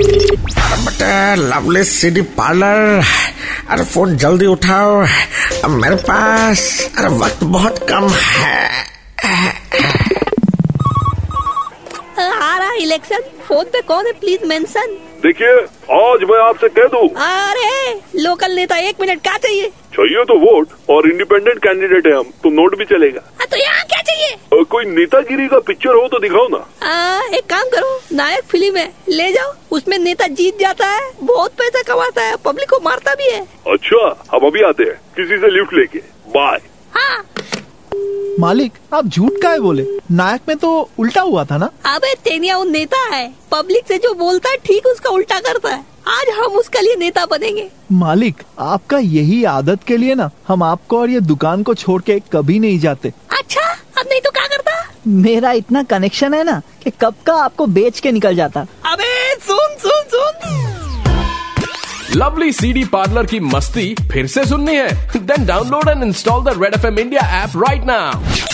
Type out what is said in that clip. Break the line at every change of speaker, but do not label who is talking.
but lovely city parlour अरे phone जल्दी उठाओ अब मेरे पास अरे वक्त बहुत कम है
आ रहा इलेक्शन फोन पे कौन है प्लीज मेंशन
देखिए आज मैं आपसे कह दूं
अरे लोकल नेता एक मिनट क्या चाहिए
चाहिए तो वोट और इंडिपेंडेंट कैंडिडेट है हम तो नोट भी चलेगा
आ, तो यहाँ क्या चाहिए
अ, कोई नेतागिरी का पिक्चर हो तो दिखाओ ना
आ, एक काम करो नायक फिल्म है ले जाओ उसमें नेता जीत जाता है बहुत पैसा कमाता है पब्लिक को मारता भी है
अच्छा हम अभी आते हैं किसी से लिफ्ट लेके बाय
हाँ
मालिक आप झूठ का है बोले नायक में तो उल्टा हुआ था ना
अबे तेनिया वो नेता है पब्लिक से जो बोलता है ठीक उसका उल्टा करता है आज हम उसके लिए नेता बनेंगे
मालिक आपका यही आदत के लिए ना हम आपको और ये दुकान को छोड़ के कभी नहीं जाते
अच्छा अब नहीं तो क्या करता
मेरा इतना कनेक्शन है ना कि कब का आपको बेच के निकल जाता
अबे सुन सुन सुन
लवली सीडी पार्लर की मस्ती फिर से सुननी है then download and install the red F M India app right now